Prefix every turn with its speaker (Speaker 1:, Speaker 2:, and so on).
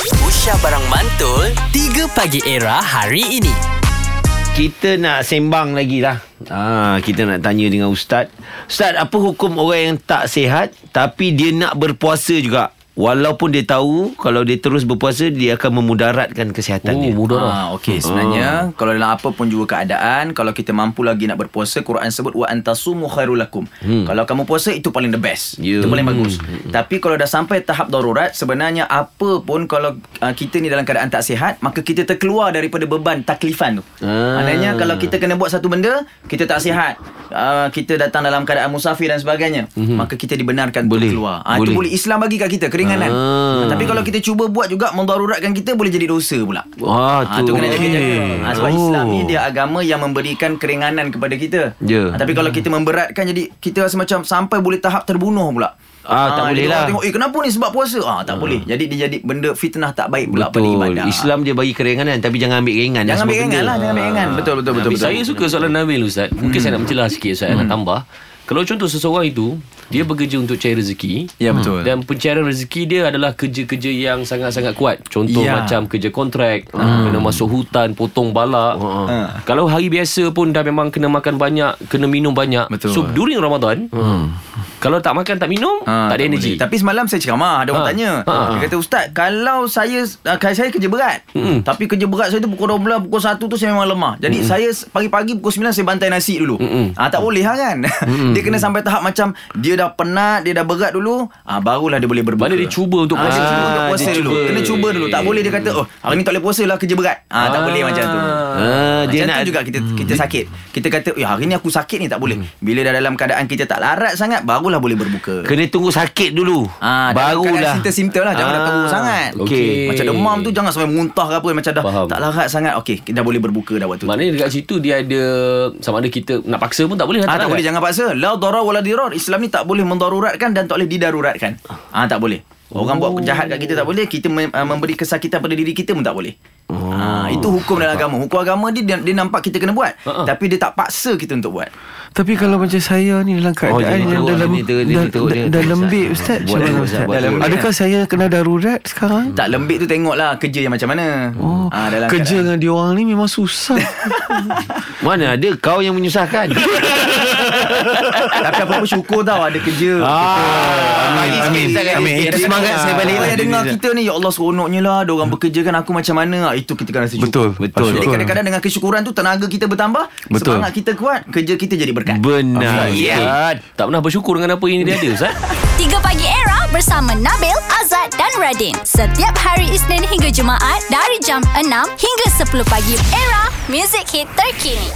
Speaker 1: Aisyah Barang Mantul 3 Pagi Era hari ini
Speaker 2: Kita nak sembang lagi lah ha, Kita nak tanya dengan Ustaz Ustaz apa hukum orang yang tak sihat Tapi dia nak berpuasa juga Walaupun dia tahu Kalau dia terus berpuasa Dia akan memudaratkan kesihatan dia
Speaker 3: Ah,
Speaker 2: Hmm.
Speaker 3: okey sebenarnya kalau dalam apa pun juga keadaan kalau kita mampu lagi nak berpuasa Quran sebut wa antasumu khairul lakum. Hmm. Kalau kamu puasa itu paling the best.
Speaker 2: Ya.
Speaker 3: Itu paling bagus. Hmm. Tapi kalau dah sampai tahap darurat sebenarnya apa pun kalau uh, kita ni dalam keadaan tak sihat maka kita terkeluar daripada beban taklifan tu.
Speaker 2: Ah.
Speaker 3: Maknanya kalau kita kena buat satu benda kita tak sihat uh, kita datang dalam keadaan musafir dan sebagainya hmm. maka kita dibenarkan
Speaker 2: Boleh.
Speaker 3: untuk keluar. Ah, itu
Speaker 2: Boleh.
Speaker 3: boleh Islam bagi kat kita keringanan.
Speaker 2: Ah.
Speaker 3: Tapi kalau kita cuba buat juga mendaruratkan kita boleh jadi dosa pula.
Speaker 2: Wah,
Speaker 3: Ah,
Speaker 2: tu.
Speaker 3: tu kena jaga-jaga.
Speaker 2: Okey.
Speaker 3: Ah, sebab
Speaker 2: Oh.
Speaker 3: Islam ni dia agama yang memberikan keringanan kepada kita.
Speaker 2: Ya.
Speaker 3: Ah, tapi kalau kita memberatkan jadi kita rasa macam sampai boleh tahap terbunuh pula.
Speaker 2: Ah, tak boleh
Speaker 3: jadi orang
Speaker 2: lah.
Speaker 3: Tengok, eh kenapa ni sebab puasa? Ah, tak boleh. Jadi dia jadi benda fitnah tak baik pula pada
Speaker 2: Betul
Speaker 3: ibadah.
Speaker 2: Islam dia bagi keringanan Tapi jangan ambil ringan
Speaker 3: Jangan ambil
Speaker 2: semua
Speaker 3: ringan
Speaker 2: benda.
Speaker 3: lah, jangan ambil ringan. Betul betul betul
Speaker 4: Tapi
Speaker 3: betul. Hmm.
Speaker 4: saya suka soalan Nabil Ustaz. Mungkin saya nak mencelah sikit Ustaz. Nak tambah. Kalau contoh seseorang itu, dia bekerja untuk cari rezeki.
Speaker 3: Hmm. Ya, betul.
Speaker 4: Dan pencarian rezeki dia adalah kerja-kerja yang sangat-sangat kuat. Contoh
Speaker 3: Ya. Ah.
Speaker 4: macam kerja kontrak, kena masuk hutan, potong balak. Ah.
Speaker 3: Ha.
Speaker 4: Kalau hari biasa pun dah memang kena makan banyak, kena minum banyak.
Speaker 3: Betul. Hmm.
Speaker 4: So during Ramadan, kalau tak makan tak minum,
Speaker 3: Ah,
Speaker 4: tak ada energi.
Speaker 3: boleh. Tapi semalam saya ceramah Ada orang
Speaker 4: Ah.
Speaker 3: tanya
Speaker 4: Ah.
Speaker 3: Dia kata Ustaz Kalau saya ah, Kalau saya kerja berat
Speaker 4: Mm-mm.
Speaker 3: Tapi kerja berat saya tu Pukul 12 Pukul 1 tu saya memang lemah Jadi saya s- Pagi-pagi pukul 9 Saya bantai nasi dulu
Speaker 4: Mm-mm.
Speaker 3: ah, Tak boleh lah kan Dia kena sampai tahap macam Dia dah penat Dia dah berat dulu ah, Barulah dia boleh berbuka
Speaker 4: Mana dia cuba untuk
Speaker 3: ah, Dia
Speaker 4: puasa.
Speaker 3: cuba untuk
Speaker 2: Ah,
Speaker 3: puasa
Speaker 2: dia
Speaker 3: dulu
Speaker 2: cuba.
Speaker 3: Kena cuba dulu Tak boleh dia kata Oh hari ni tak boleh puasa lah Kerja berat ah, Tak
Speaker 4: Ah.
Speaker 3: boleh macam tu
Speaker 2: Ah,
Speaker 3: dia
Speaker 2: dia
Speaker 3: macam
Speaker 2: nak-
Speaker 3: tu juga kita
Speaker 4: Mm.
Speaker 3: kita sakit. Kita kata, "Ya, hari ni aku sakit ni tak boleh." Bila dah dalam keadaan kita tak larat sangat, barulah boleh berbuka.
Speaker 2: Kena tunggu sakit dulu
Speaker 3: Ah, dalam keadaan
Speaker 2: Barulah
Speaker 3: Simptom-simptom lah Jangan ah, nak teruk sangat
Speaker 2: Okey
Speaker 4: Okey.
Speaker 3: Macam demam tu Jangan sampai muntah ke apa Macam dah
Speaker 4: Faham.
Speaker 3: tak larat sangat Okey Dah boleh berbuka dah waktu tu
Speaker 4: Maknanya dekat situ dia ada sama ada kita nak paksa pun tak boleh.
Speaker 3: Ah, tak
Speaker 4: larat.
Speaker 3: boleh jangan paksa La darar wala dirar Islam ni tak boleh mendaruratkan Dan tak boleh didaruratkan Ah tak boleh Orang buat jahat kat kita tak boleh Kita mem- ah, memberi kesakitan pada diri kita pun tak boleh ah, Itu hukum dalam agama Hukum agama dia, dia, dia nampak kita kena buat
Speaker 4: Ha-ha.
Speaker 3: Tapi dia tak paksa kita untuk buat
Speaker 5: Tapi kalau macam saya ni dalam keadaan
Speaker 2: Oh, jadi
Speaker 5: yang
Speaker 2: teruk,
Speaker 5: dalam
Speaker 2: jadi teruk, jadi
Speaker 5: dah,
Speaker 2: teruk
Speaker 5: dah,
Speaker 2: dia.
Speaker 5: dah lembik
Speaker 2: Ustaz.
Speaker 5: ustaz.
Speaker 2: Buat
Speaker 5: Macam mana
Speaker 2: teruk,
Speaker 5: ustaz?
Speaker 2: buat teruk.
Speaker 5: Adakah saya kena darurat sekarang?
Speaker 3: Tak lembik tu tengoklah Kerja yang macam mana
Speaker 5: Oh,
Speaker 3: Ah, dalam
Speaker 5: kerja
Speaker 3: keadaan-
Speaker 5: dengan dia orang ni memang susah.
Speaker 2: Mana ada kau yang menyusahkan
Speaker 3: Tapi apa pun syukur tau Ada kerja
Speaker 2: Ah,
Speaker 3: Amin,
Speaker 2: amin, amin. Itu semangat saya balik
Speaker 3: Orang
Speaker 2: lah.
Speaker 3: yang dengar kita ni Ya Allah seronoknya lah Dia orang bekerja kan aku macam mana Ah, Itu kita kan rasa syukur
Speaker 5: Hmm. Betul, betul.
Speaker 3: Jadi
Speaker 5: Betul.
Speaker 3: kadang-kadang dengan kesyukuran tu Tenaga kita bertambah
Speaker 5: Betul.
Speaker 3: Semangat kita kuat Kerja kita jadi berkat
Speaker 2: Benar
Speaker 4: Ya. Tak pernah bersyukur dengan apa yang dia ada Ustaz
Speaker 6: 3 Pagi Era bersama Nabil, Azad dan Radin. Setiap hari Isnin hingga Jumaat dari jam 6 hingga 10 pagi. Era, music hit terkini.